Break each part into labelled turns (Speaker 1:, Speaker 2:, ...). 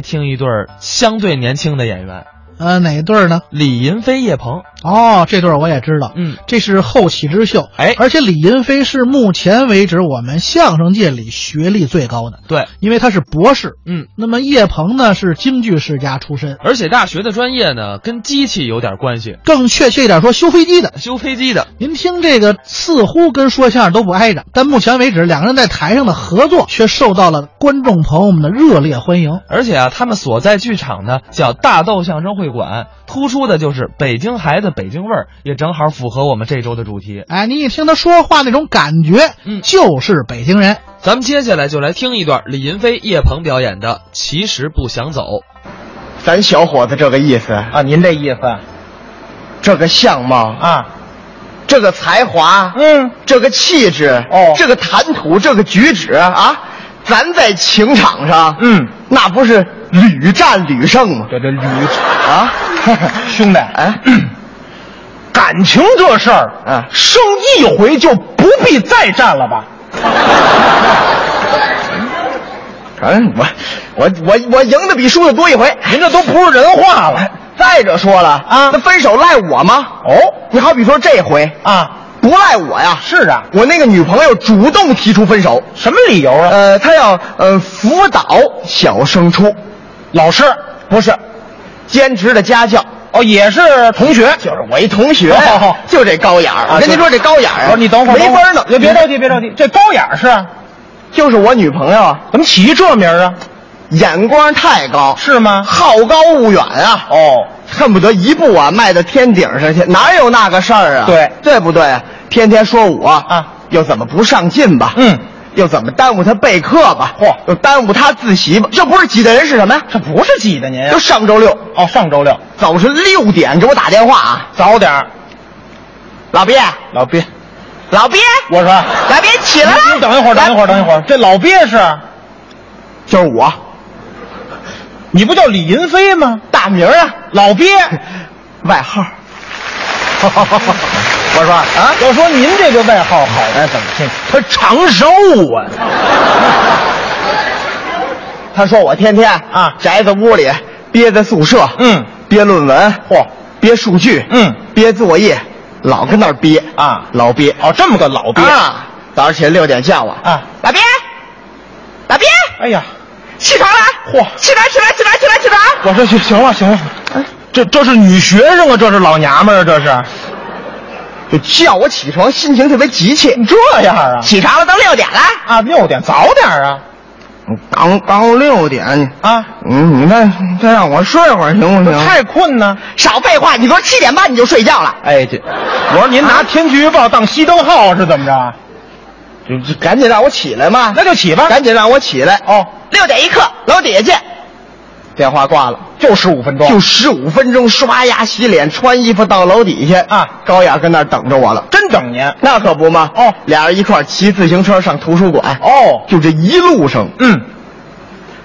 Speaker 1: 听一对儿相对年轻的演员，
Speaker 2: 呃，哪一对儿呢？
Speaker 1: 李银飞、叶鹏。
Speaker 2: 哦，这对儿我也知道，
Speaker 1: 嗯，
Speaker 2: 这是后起之秀。
Speaker 1: 哎
Speaker 2: 而且李银飞是目前为止我们相声界里学历最高的，
Speaker 1: 对，
Speaker 2: 因为他是博士。
Speaker 1: 嗯，
Speaker 2: 那么叶鹏呢是京剧世家出身，
Speaker 1: 而且大学的专业呢跟机器有点关系，
Speaker 2: 更确切一点说，修飞机的。
Speaker 1: 修飞机的。
Speaker 2: 您听这个似乎跟说相声都不挨着，但目前为止两个人在台上的合作却受到了观众朋友们的热烈欢迎。
Speaker 1: 而且啊，他们所在剧场呢叫大豆相声会馆，突出的就是北京孩子北京味儿，也正好符合我们这周的主题。
Speaker 2: 哎，你一听他说话那种感觉，
Speaker 1: 嗯
Speaker 2: 就是北京人。
Speaker 1: 咱们接下来就来听一段李银飞、叶鹏表演的《其实不想走》。
Speaker 3: 咱小伙子这个意思，
Speaker 4: 啊，您这意思
Speaker 3: 这个相貌，
Speaker 4: 啊？
Speaker 3: 这个才华，
Speaker 4: 嗯，
Speaker 3: 这个气质，
Speaker 4: 哦
Speaker 3: 这个谈吐，这个举止啊，咱在情场上，
Speaker 4: 嗯，
Speaker 3: 那不是屡战屡胜吗？
Speaker 4: 这这驴，，
Speaker 3: 啊
Speaker 4: 兄弟嗯
Speaker 3: 哎，
Speaker 4: 感情这事儿，
Speaker 3: 嗯
Speaker 4: 胜一回就不必再战了吧？
Speaker 3: 反正嗯我我我我赢的比输的多一回。
Speaker 4: 您这都不是人话了
Speaker 3: 再者说了
Speaker 4: 啊
Speaker 3: 那分手赖我吗？
Speaker 4: 哦
Speaker 3: 你好比说这回
Speaker 4: 啊！
Speaker 3: 不赖我呀，
Speaker 4: 是啊，
Speaker 3: 我那个女朋友主动提出分手，
Speaker 4: 什么理由啊？
Speaker 3: 呃，她要呃辅导小升初，
Speaker 4: 老师不是，
Speaker 3: 兼职的家教。
Speaker 4: 哦，也是同学，
Speaker 3: 就是我一同学
Speaker 4: 好好
Speaker 3: 呀
Speaker 4: 好，
Speaker 3: 就这高眼儿。
Speaker 4: 啊
Speaker 3: 我跟您
Speaker 4: 就
Speaker 3: 说，这高眼儿啊，
Speaker 4: 不是你等会儿，
Speaker 3: 没
Speaker 4: 等会
Speaker 3: 法
Speaker 4: 儿
Speaker 3: 弄。
Speaker 4: 你别着急，别着急，这高眼儿是啊？
Speaker 3: 就是我女朋友啊，
Speaker 4: 怎么起这名儿啊？
Speaker 3: 眼光太高，
Speaker 4: 是吗？
Speaker 3: 好高骛远啊，
Speaker 4: 哦，
Speaker 3: 恨不得一步啊迈到天顶上去，哪有那个事儿啊？
Speaker 4: 对
Speaker 3: 对不对？天天说我
Speaker 4: 啊，
Speaker 3: 又怎么不上进吧？
Speaker 4: 嗯，
Speaker 3: 又怎么耽误他备课吧？
Speaker 4: 嚯
Speaker 3: 又耽误他自习吧？这不是挤的人是什么呀？
Speaker 4: 这不是挤的您啊
Speaker 3: 就上周六
Speaker 4: 哦，上周六
Speaker 3: 早晨六点给我打电话啊，
Speaker 4: 早点儿
Speaker 3: 老毕，
Speaker 4: 老鳖，
Speaker 3: 老毕，
Speaker 4: 我说。
Speaker 3: 老毕起来
Speaker 4: 您
Speaker 3: 了，
Speaker 4: 您等一会儿，等一会儿，等一会儿，这老鳖是，
Speaker 3: 就是我，
Speaker 4: 你不叫李银飞吗？
Speaker 3: 大名儿啊，
Speaker 4: 老鳖，
Speaker 3: 外号。
Speaker 4: 我说啊，要说您这个外号好的怎么听？他长寿啊，
Speaker 3: 他说我天天
Speaker 4: 啊
Speaker 3: 宅在屋里，憋在宿舍，
Speaker 4: 嗯，
Speaker 3: 憋论文，嚯，憋数据，
Speaker 4: 嗯，
Speaker 3: 憋作业，老跟那儿憋
Speaker 4: 啊
Speaker 3: 老憋
Speaker 4: 哦，这么个老鳖，
Speaker 3: 啊！早上起来六点叫我
Speaker 4: 啊，
Speaker 3: 老憋，老憋，
Speaker 4: 哎呀，
Speaker 3: 起床了，
Speaker 4: 嚯
Speaker 3: 起床，起床，起床，起床，起哎床！
Speaker 4: 我说行行了行了，这这是女学生啊，这是老娘们儿啊，这是
Speaker 3: 就叫我起床，心情特别急切。
Speaker 4: 这样啊
Speaker 3: 起床了，都六点了，
Speaker 4: 啊，六点早点啊
Speaker 3: 刚刚六点，
Speaker 4: 啊，
Speaker 3: 嗯，你再再让我睡会儿行不行？
Speaker 4: 太困呢。
Speaker 3: 少废话，你说七点半你就睡觉了。
Speaker 4: 哎，这我说您拿天气预报当熄灯号是怎么着？啊
Speaker 3: 就就赶紧让我起来嘛！
Speaker 4: 那就起吧
Speaker 3: 赶紧让我起来！
Speaker 4: 哦，
Speaker 3: 六点一刻，楼底下见。电话挂了，
Speaker 4: 就十五分钟，
Speaker 3: 就十五分钟，刷牙、洗脸、穿衣服到楼底下
Speaker 4: 啊
Speaker 3: 高雅跟那儿等着我了。
Speaker 4: 真等您。
Speaker 3: 那可不嘛！
Speaker 4: 哦
Speaker 3: 俩人一块儿骑自行车上图书馆。
Speaker 4: 哦
Speaker 3: 就这一路上，
Speaker 4: 嗯，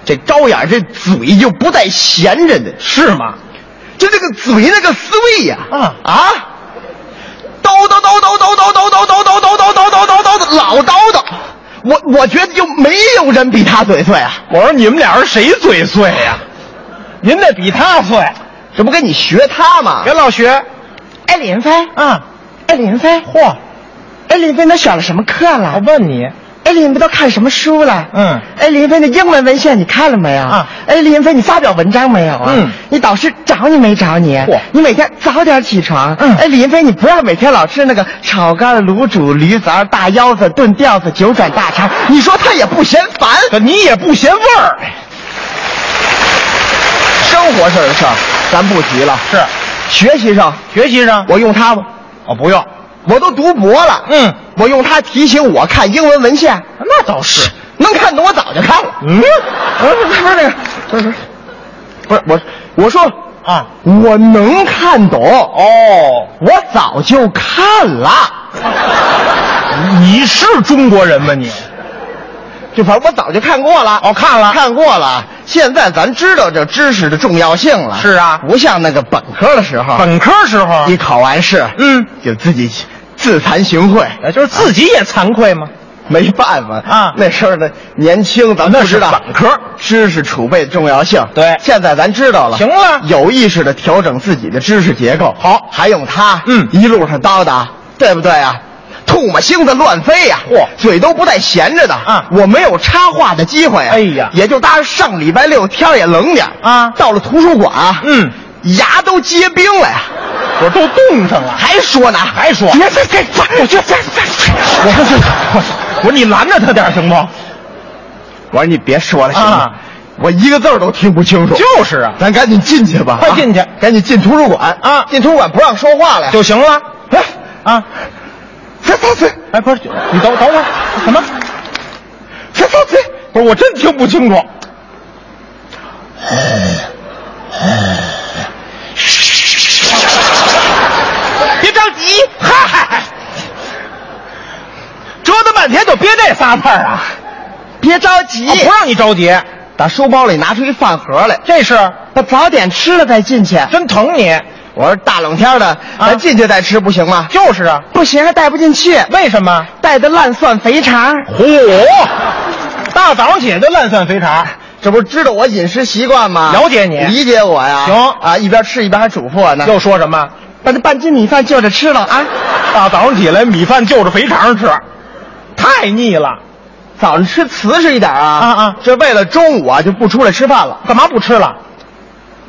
Speaker 3: 这高雅这嘴就不带闲着的，
Speaker 4: 是吗？
Speaker 3: 就那个嘴那个思维呀、
Speaker 4: 啊
Speaker 3: 啊！叨叨叨叨叨叨叨叨叨叨叨叨叨叨叨叨叨，老叨叨。我我觉得就没有人比他嘴碎啊！
Speaker 4: 我说你们俩人谁嘴碎呀、您这比他碎，
Speaker 3: 这不跟你学他吗？
Speaker 4: 别老学
Speaker 3: 哎，李云飞，
Speaker 4: 啊！
Speaker 3: 哎，李云飞，
Speaker 4: 嚯，
Speaker 3: 哎，李云飞，都选了什么课
Speaker 4: 我
Speaker 3: 了？
Speaker 4: 问你，
Speaker 3: 哎，李云飞都看什么书了？
Speaker 4: 嗯
Speaker 3: 哎，李云飞，那英文文献你看了没有？
Speaker 4: 啊
Speaker 3: 哎，李云飞，你发表文章没有啊？
Speaker 4: 嗯
Speaker 3: 你导师找你没找你
Speaker 4: 嚯？
Speaker 3: 你每天早点起床。
Speaker 4: 嗯
Speaker 3: 哎，李云飞，你不要每天老吃那个炒肝、卤煮、驴杂、大腰子、炖吊子、九转大肠，你说他也不嫌烦。
Speaker 4: 这你也不嫌味儿，
Speaker 3: 生活上的事儿咱不提了，
Speaker 4: 是
Speaker 3: 学习上
Speaker 4: 学习上
Speaker 3: 我用它吗？
Speaker 4: 我不用，
Speaker 3: 我都读博了，
Speaker 4: 嗯，
Speaker 3: 我用它提醒我看英文文献。
Speaker 4: 那倒是，
Speaker 3: 能看懂我早就看了。
Speaker 4: 嗯
Speaker 3: 不是不是不是那个，不是不是我我说
Speaker 4: 啊，
Speaker 3: 我能看懂，
Speaker 4: 哦，
Speaker 3: 我早就看了，
Speaker 4: 你是中国人吗你？
Speaker 3: 就反正我早就看过了。
Speaker 4: 哦看了
Speaker 3: 看过了。现在咱知道这知识的重要性了。
Speaker 4: 是啊
Speaker 3: 不像那个本科的时候，
Speaker 4: 本科时候，
Speaker 3: 一考完试，
Speaker 4: 嗯，
Speaker 3: 就自己自惭形秽。
Speaker 4: 呃就是自己也惭愧吗？
Speaker 3: 没办法
Speaker 4: 啊
Speaker 3: 那时候的年轻，咱们
Speaker 4: 那
Speaker 3: 不知
Speaker 4: 是
Speaker 3: 道
Speaker 4: 本科，
Speaker 3: 知识储备重要性。
Speaker 4: 对
Speaker 3: 现在咱知道了，
Speaker 4: 行了
Speaker 3: 有意识的调整自己的知识结构。
Speaker 4: 好
Speaker 3: 还用它？
Speaker 4: 嗯
Speaker 3: 一路上叨叨，对不对啊？唾沫星子乱飞呀、
Speaker 4: 嚯
Speaker 3: 嘴都不带闲着的
Speaker 4: 啊
Speaker 3: 我没有插话的机会呀、
Speaker 4: 哎呀
Speaker 3: 也就搭上礼拜六天儿也冷点儿
Speaker 4: 啊
Speaker 3: 到了图书馆啊，
Speaker 4: 嗯，
Speaker 3: 牙都结冰了呀，
Speaker 4: 我都冻上了。
Speaker 3: 还说呢，
Speaker 4: 还说
Speaker 3: 别别别，我这这这，
Speaker 4: 我说这，我我说你拦着他点儿行不？
Speaker 3: 我说你别说了，行吗
Speaker 4: 啊？
Speaker 3: 我一个字儿都听不清楚。
Speaker 4: 就是啊，
Speaker 3: 咱赶紧进去吧，
Speaker 4: 快进去
Speaker 3: 啊赶紧进图书馆
Speaker 4: 啊
Speaker 3: 进图书馆不让说话了呀，
Speaker 4: 就行了。
Speaker 3: 哎，
Speaker 4: 啊，
Speaker 3: 别撒嘴，
Speaker 4: 哎，不是，你等等会儿，什么？
Speaker 3: 别撒嘴，
Speaker 4: 不是，我真听不清楚。
Speaker 3: 别着急，
Speaker 4: 嗨，折腾半天就憋这仨字儿啊！
Speaker 3: 别着急，
Speaker 4: 我哦不让你着急，
Speaker 3: 打书包里拿出一饭盒来，
Speaker 4: 这是
Speaker 3: 把早点吃了再进去。
Speaker 4: 真疼你。
Speaker 3: 我说大冷天的，
Speaker 4: 啊
Speaker 3: 咱进去再吃不行吗？
Speaker 4: 就是啊，
Speaker 3: 不行，还带不进去，
Speaker 4: 为什么？
Speaker 3: 带的烂蒜肥肠。
Speaker 4: 嚯，大早上起来就烂蒜肥肠，
Speaker 3: 这不是知道我饮食习惯吗？
Speaker 4: 了解你
Speaker 3: 理解我呀。
Speaker 4: 行
Speaker 3: 啊，一边吃一边还嘱咐我呢。
Speaker 4: 又说什么？
Speaker 3: 把这半斤米饭就着吃了啊！
Speaker 4: 大早上起来米饭就着肥肠吃，太腻了，
Speaker 3: 早上吃瓷实一点啊！
Speaker 4: 啊啊
Speaker 3: 这为了中午啊就不出来吃饭了。
Speaker 4: 干嘛不吃了？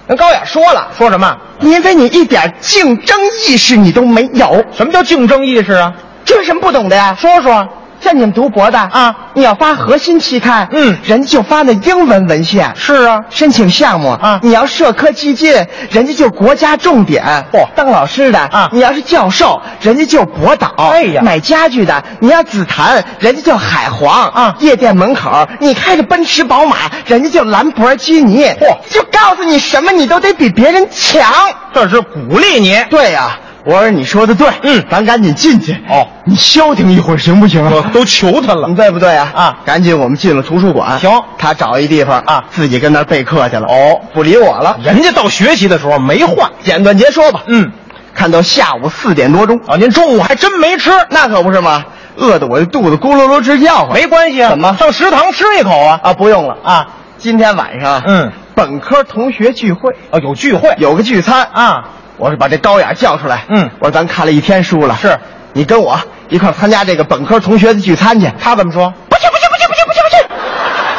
Speaker 3: 人高雅说了，
Speaker 4: 说什么？
Speaker 3: 因为你一点竞争意识你都没有，
Speaker 4: 什么叫竞争意识啊？
Speaker 3: 这有什么不懂的呀？
Speaker 4: 说说，
Speaker 3: 像你们读博的
Speaker 4: 啊，
Speaker 3: 你要发核心期刊，
Speaker 4: 嗯
Speaker 3: 人家就发那英文文献。
Speaker 4: 是啊，
Speaker 3: 申请项目
Speaker 4: 啊
Speaker 3: 你要社科基金，人家就国家重点；
Speaker 4: 嚯
Speaker 3: 当老师的
Speaker 4: 哦啊
Speaker 3: 你要是教授，人家就博导。
Speaker 4: 哎呀
Speaker 3: 买家具的你要紫檀，人家就海皇
Speaker 4: 啊
Speaker 3: 夜店门口你开着奔驰宝马，人家就兰博基尼。
Speaker 4: 嚯
Speaker 3: 就告诉你什么你都得比别人强。
Speaker 4: 这是鼓励你。
Speaker 3: 对呀、我说你说的对，
Speaker 4: 嗯
Speaker 3: 咱赶紧进去。
Speaker 4: 哦
Speaker 3: 你消停一会儿行不行啊？
Speaker 4: 我都求他
Speaker 3: 你
Speaker 4: 了。
Speaker 3: 对不对啊？
Speaker 4: 啊
Speaker 3: 赶紧我们进了图书馆。
Speaker 4: 行
Speaker 3: 他找一地方
Speaker 4: 啊
Speaker 3: 自己跟那儿备课去了。
Speaker 4: 哦，
Speaker 3: 不理我了。
Speaker 4: 人家到学习的时候没换。
Speaker 3: 简短截说吧，
Speaker 4: 嗯，
Speaker 3: 看到下午四点多钟，
Speaker 4: 啊，您中午还真没吃，
Speaker 3: 那可不是吗？饿得我这肚子咕噜噜直叫唤。
Speaker 4: 没关系啊，
Speaker 3: 怎么
Speaker 4: 上食堂吃一口啊？
Speaker 3: 啊，不用了。
Speaker 4: 啊，
Speaker 3: 今天晚上，啊
Speaker 4: 嗯，
Speaker 3: 本科同学聚会
Speaker 4: 啊，有聚会
Speaker 3: 有个聚餐，
Speaker 4: 啊，
Speaker 3: 我是把这高雅叫出来。
Speaker 4: 嗯
Speaker 3: 我说咱看了一天书了，
Speaker 4: 是
Speaker 3: 你跟我一块儿参加这个本科同学的聚餐去。
Speaker 4: 他怎么说？
Speaker 3: 不去不去不去不去不去不去，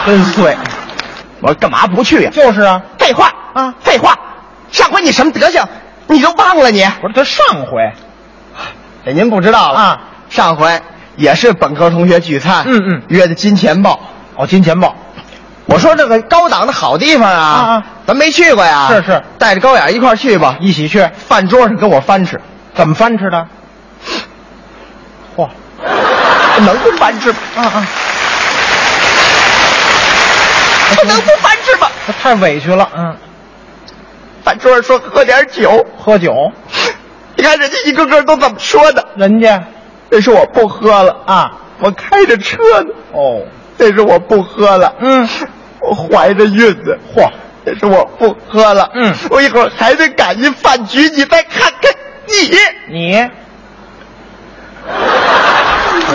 Speaker 3: 真碎！我说干嘛不去呀、
Speaker 4: 就是啊，
Speaker 3: 废话
Speaker 4: 啊
Speaker 3: 废话！上回你什么德行，你都忘了你？
Speaker 4: 不是他上回哎
Speaker 3: 这您不知道了
Speaker 4: 啊。
Speaker 3: 上回也是本科同学聚餐，
Speaker 4: 嗯嗯
Speaker 3: 约的金钱豹。
Speaker 4: 哦，金钱豹
Speaker 3: 我说这个高档的好地方啊，
Speaker 4: 啊啊
Speaker 3: 咱没去过呀。
Speaker 4: 是是，
Speaker 3: 带着高雅一块儿去吧。
Speaker 4: 一起去
Speaker 3: 饭桌上跟我翻吃，
Speaker 4: 怎么翻吃 的？嚯，
Speaker 3: 能不翻吃吗？
Speaker 4: 啊啊，
Speaker 3: 不能不翻吃吗？
Speaker 4: 这太委屈了。嗯，
Speaker 3: 饭桌上说喝点酒，
Speaker 4: 喝酒，
Speaker 3: 你看人家一个个都怎么说的。
Speaker 4: 人家
Speaker 3: 这是我不喝了，
Speaker 4: 啊，
Speaker 3: 我开着车呢。
Speaker 4: 哦，
Speaker 3: 这是我不喝了。
Speaker 4: 嗯，
Speaker 3: 我怀着孕呢。
Speaker 4: 嚯，
Speaker 3: 这是我不喝了。
Speaker 4: 嗯
Speaker 3: 我一会儿还得赶进饭局，你再看看你。
Speaker 4: 你，啊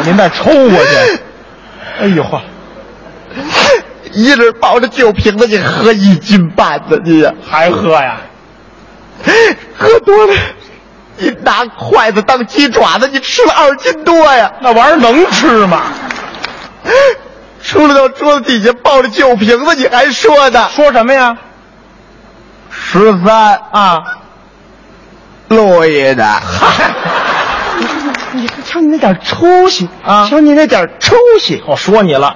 Speaker 4: 您再抽过 去。哎呦嚯，
Speaker 3: 一人抱着酒瓶子，你喝一斤半呢，你呀
Speaker 4: 还喝呀？
Speaker 3: 喝多了，你拿筷子当鸡爪子，你吃了二斤多呀。
Speaker 4: 那玩意儿能吃吗？
Speaker 3: 出来到桌子底下抱着酒瓶子，你还说呢？
Speaker 4: 说什么呀？
Speaker 3: 十三
Speaker 4: 啊，
Speaker 3: 路 易的，你瞧你那点出息
Speaker 4: 啊
Speaker 3: 瞧你那点出息。
Speaker 4: 我说你了，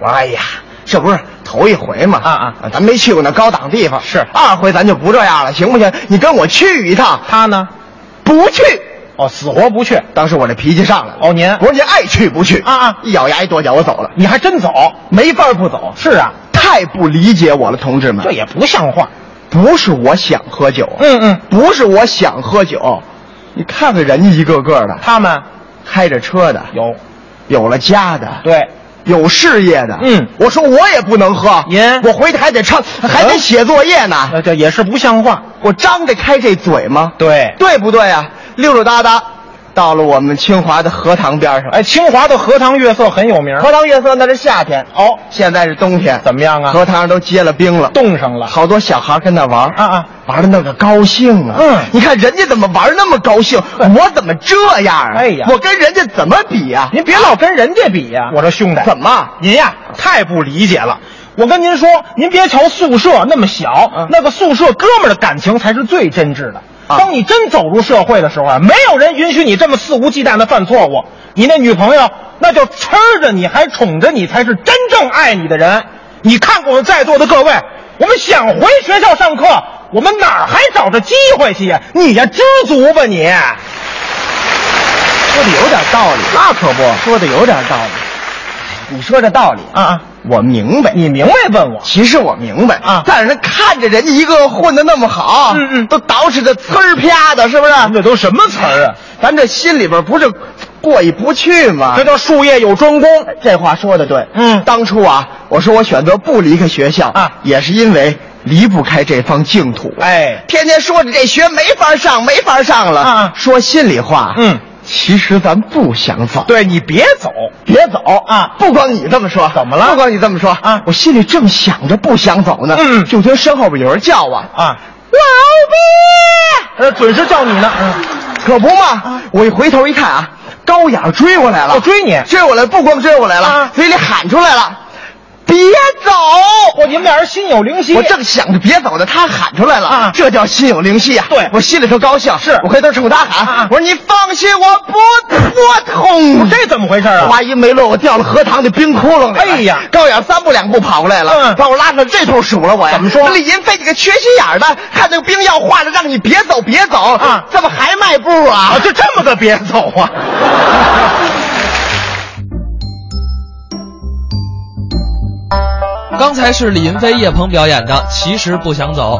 Speaker 3: 我说哎呀，这不是头一回嘛？
Speaker 4: 啊啊
Speaker 3: 咱没去过那高档地方，
Speaker 4: 是
Speaker 3: 二回咱就不这样了，行不行？你跟我去一趟，
Speaker 4: 他呢？
Speaker 3: 不去。
Speaker 4: 哦，死活不去。
Speaker 3: 当时我这脾气上来了，
Speaker 4: 哦您
Speaker 3: 我说您爱去不去
Speaker 4: 啊啊
Speaker 3: 一咬牙一跺脚，我走了，
Speaker 4: 你还真走？
Speaker 3: 没法不走，
Speaker 4: 是啊，
Speaker 3: 太不理解我了，同志们
Speaker 4: 这，也不像话。
Speaker 3: 不是我想喝酒，啊
Speaker 4: 嗯嗯，
Speaker 3: 不是我想喝酒，你看看人家一个个的，
Speaker 4: 他们
Speaker 3: 开着车的，
Speaker 4: 有
Speaker 3: 有了家的，
Speaker 4: 对，
Speaker 3: 有事业的，
Speaker 4: 嗯
Speaker 3: 我说我也不能喝，
Speaker 4: 您
Speaker 3: 我回去还得唱，还
Speaker 4: 嗯
Speaker 3: 得写作业呢，
Speaker 4: 那这也是不像话。
Speaker 3: 我张得开这嘴吗？
Speaker 4: 对，
Speaker 3: 对不对啊？溜溜达达，到了我们清华的荷塘边上。
Speaker 4: 哎，清华的荷塘月色很有名。
Speaker 3: 荷塘月色那是夏天，
Speaker 4: 哦，
Speaker 3: 现在是冬天，
Speaker 4: 怎么样啊？
Speaker 3: 荷塘上都结了冰了，
Speaker 4: 冻上了。
Speaker 3: 好多小孩跟那玩儿
Speaker 4: 啊啊，
Speaker 3: 玩的那个高兴啊！
Speaker 4: 嗯哎
Speaker 3: 你看人家怎么玩那么高兴，我怎么这样啊？
Speaker 4: 哎呀
Speaker 3: 我跟人家怎么比呀、
Speaker 4: 您别老跟人家比呀、我说兄弟，
Speaker 3: 怎么？
Speaker 4: 您呀太不理解了。我跟您说，您别瞧宿舍那么小，
Speaker 3: 嗯
Speaker 4: 那个宿舍哥们儿的感情才是最真挚的。
Speaker 3: 啊
Speaker 4: 当你真走入社会的时候啊，没有人允许你这么肆无忌惮的犯错误。你那女朋友那就吃着你，还宠着你，才是真正爱你的人。你看过我们在座的各位，我们想回学校上课，我们哪儿还找着机会去呀？你呀，知足吧你。
Speaker 3: 说的有点道理，
Speaker 4: 那可不
Speaker 3: 说的有点道理。你说这道理，
Speaker 4: 啊啊！
Speaker 3: 我明白。
Speaker 4: 你明白问我？
Speaker 3: 其实我明白
Speaker 4: 啊
Speaker 3: 但是看着人家一个个混的那么好，
Speaker 4: 嗯嗯
Speaker 3: 都捯饬的呲儿啪的，是不是？
Speaker 4: 这都什么词儿啊？
Speaker 3: 咱这心里边不是过意不去吗？
Speaker 4: 这叫术业有专攻。
Speaker 3: 这话说的对，
Speaker 4: 嗯
Speaker 3: 当初啊，我说我选择不离开学校
Speaker 4: 啊
Speaker 3: 也是因为离不开这方净土。
Speaker 4: 哎，
Speaker 3: 天天说着这学没法上，没法上了。
Speaker 4: 啊
Speaker 3: 说心里话，
Speaker 4: 嗯，
Speaker 3: 其实咱不想走。，
Speaker 4: 对你别走，
Speaker 3: 别走
Speaker 4: 啊
Speaker 3: 不光你这么说，
Speaker 4: 怎么了
Speaker 3: 不光你这么说
Speaker 4: 啊
Speaker 3: 我心里正想着不想走呢，
Speaker 4: 嗯
Speaker 3: 就听身后边有人叫我，
Speaker 4: 啊，
Speaker 3: 老
Speaker 4: 呃，准是叫你呢。
Speaker 3: 毕，可不嘛。我一回头一看啊，高雅追过来了，
Speaker 4: 我哦追你
Speaker 3: 追我来，不光追我来了，
Speaker 4: 啊
Speaker 3: 嘴里喊出来了：“别走！”
Speaker 4: 我哦你们俩人心有灵犀。
Speaker 3: 我正想着别走呢，他喊出来了，
Speaker 4: 啊
Speaker 3: 这叫心有灵犀啊！
Speaker 4: 对
Speaker 3: 我心里头高兴，
Speaker 4: 是
Speaker 3: 我回头冲他喊，
Speaker 4: 啊啊
Speaker 3: 我说：“你放心，我不我痛。”
Speaker 4: 这怎么回事啊？
Speaker 3: 话音没落，我掉了荷塘的冰窟窿里。
Speaker 4: 哎呀
Speaker 3: 高远三步两步跑过来了，
Speaker 4: 嗯
Speaker 3: 把我拉上这头数了我呀。
Speaker 4: 怎么说啊
Speaker 3: 李银飞，你个缺心眼儿的，看那个冰要化了，让你别走别走
Speaker 4: 啊
Speaker 3: 怎么还迈步啊？
Speaker 4: 啊，就这么个别走啊！
Speaker 1: 刚才是李云飞、叶鹏表演的《其实不想走》。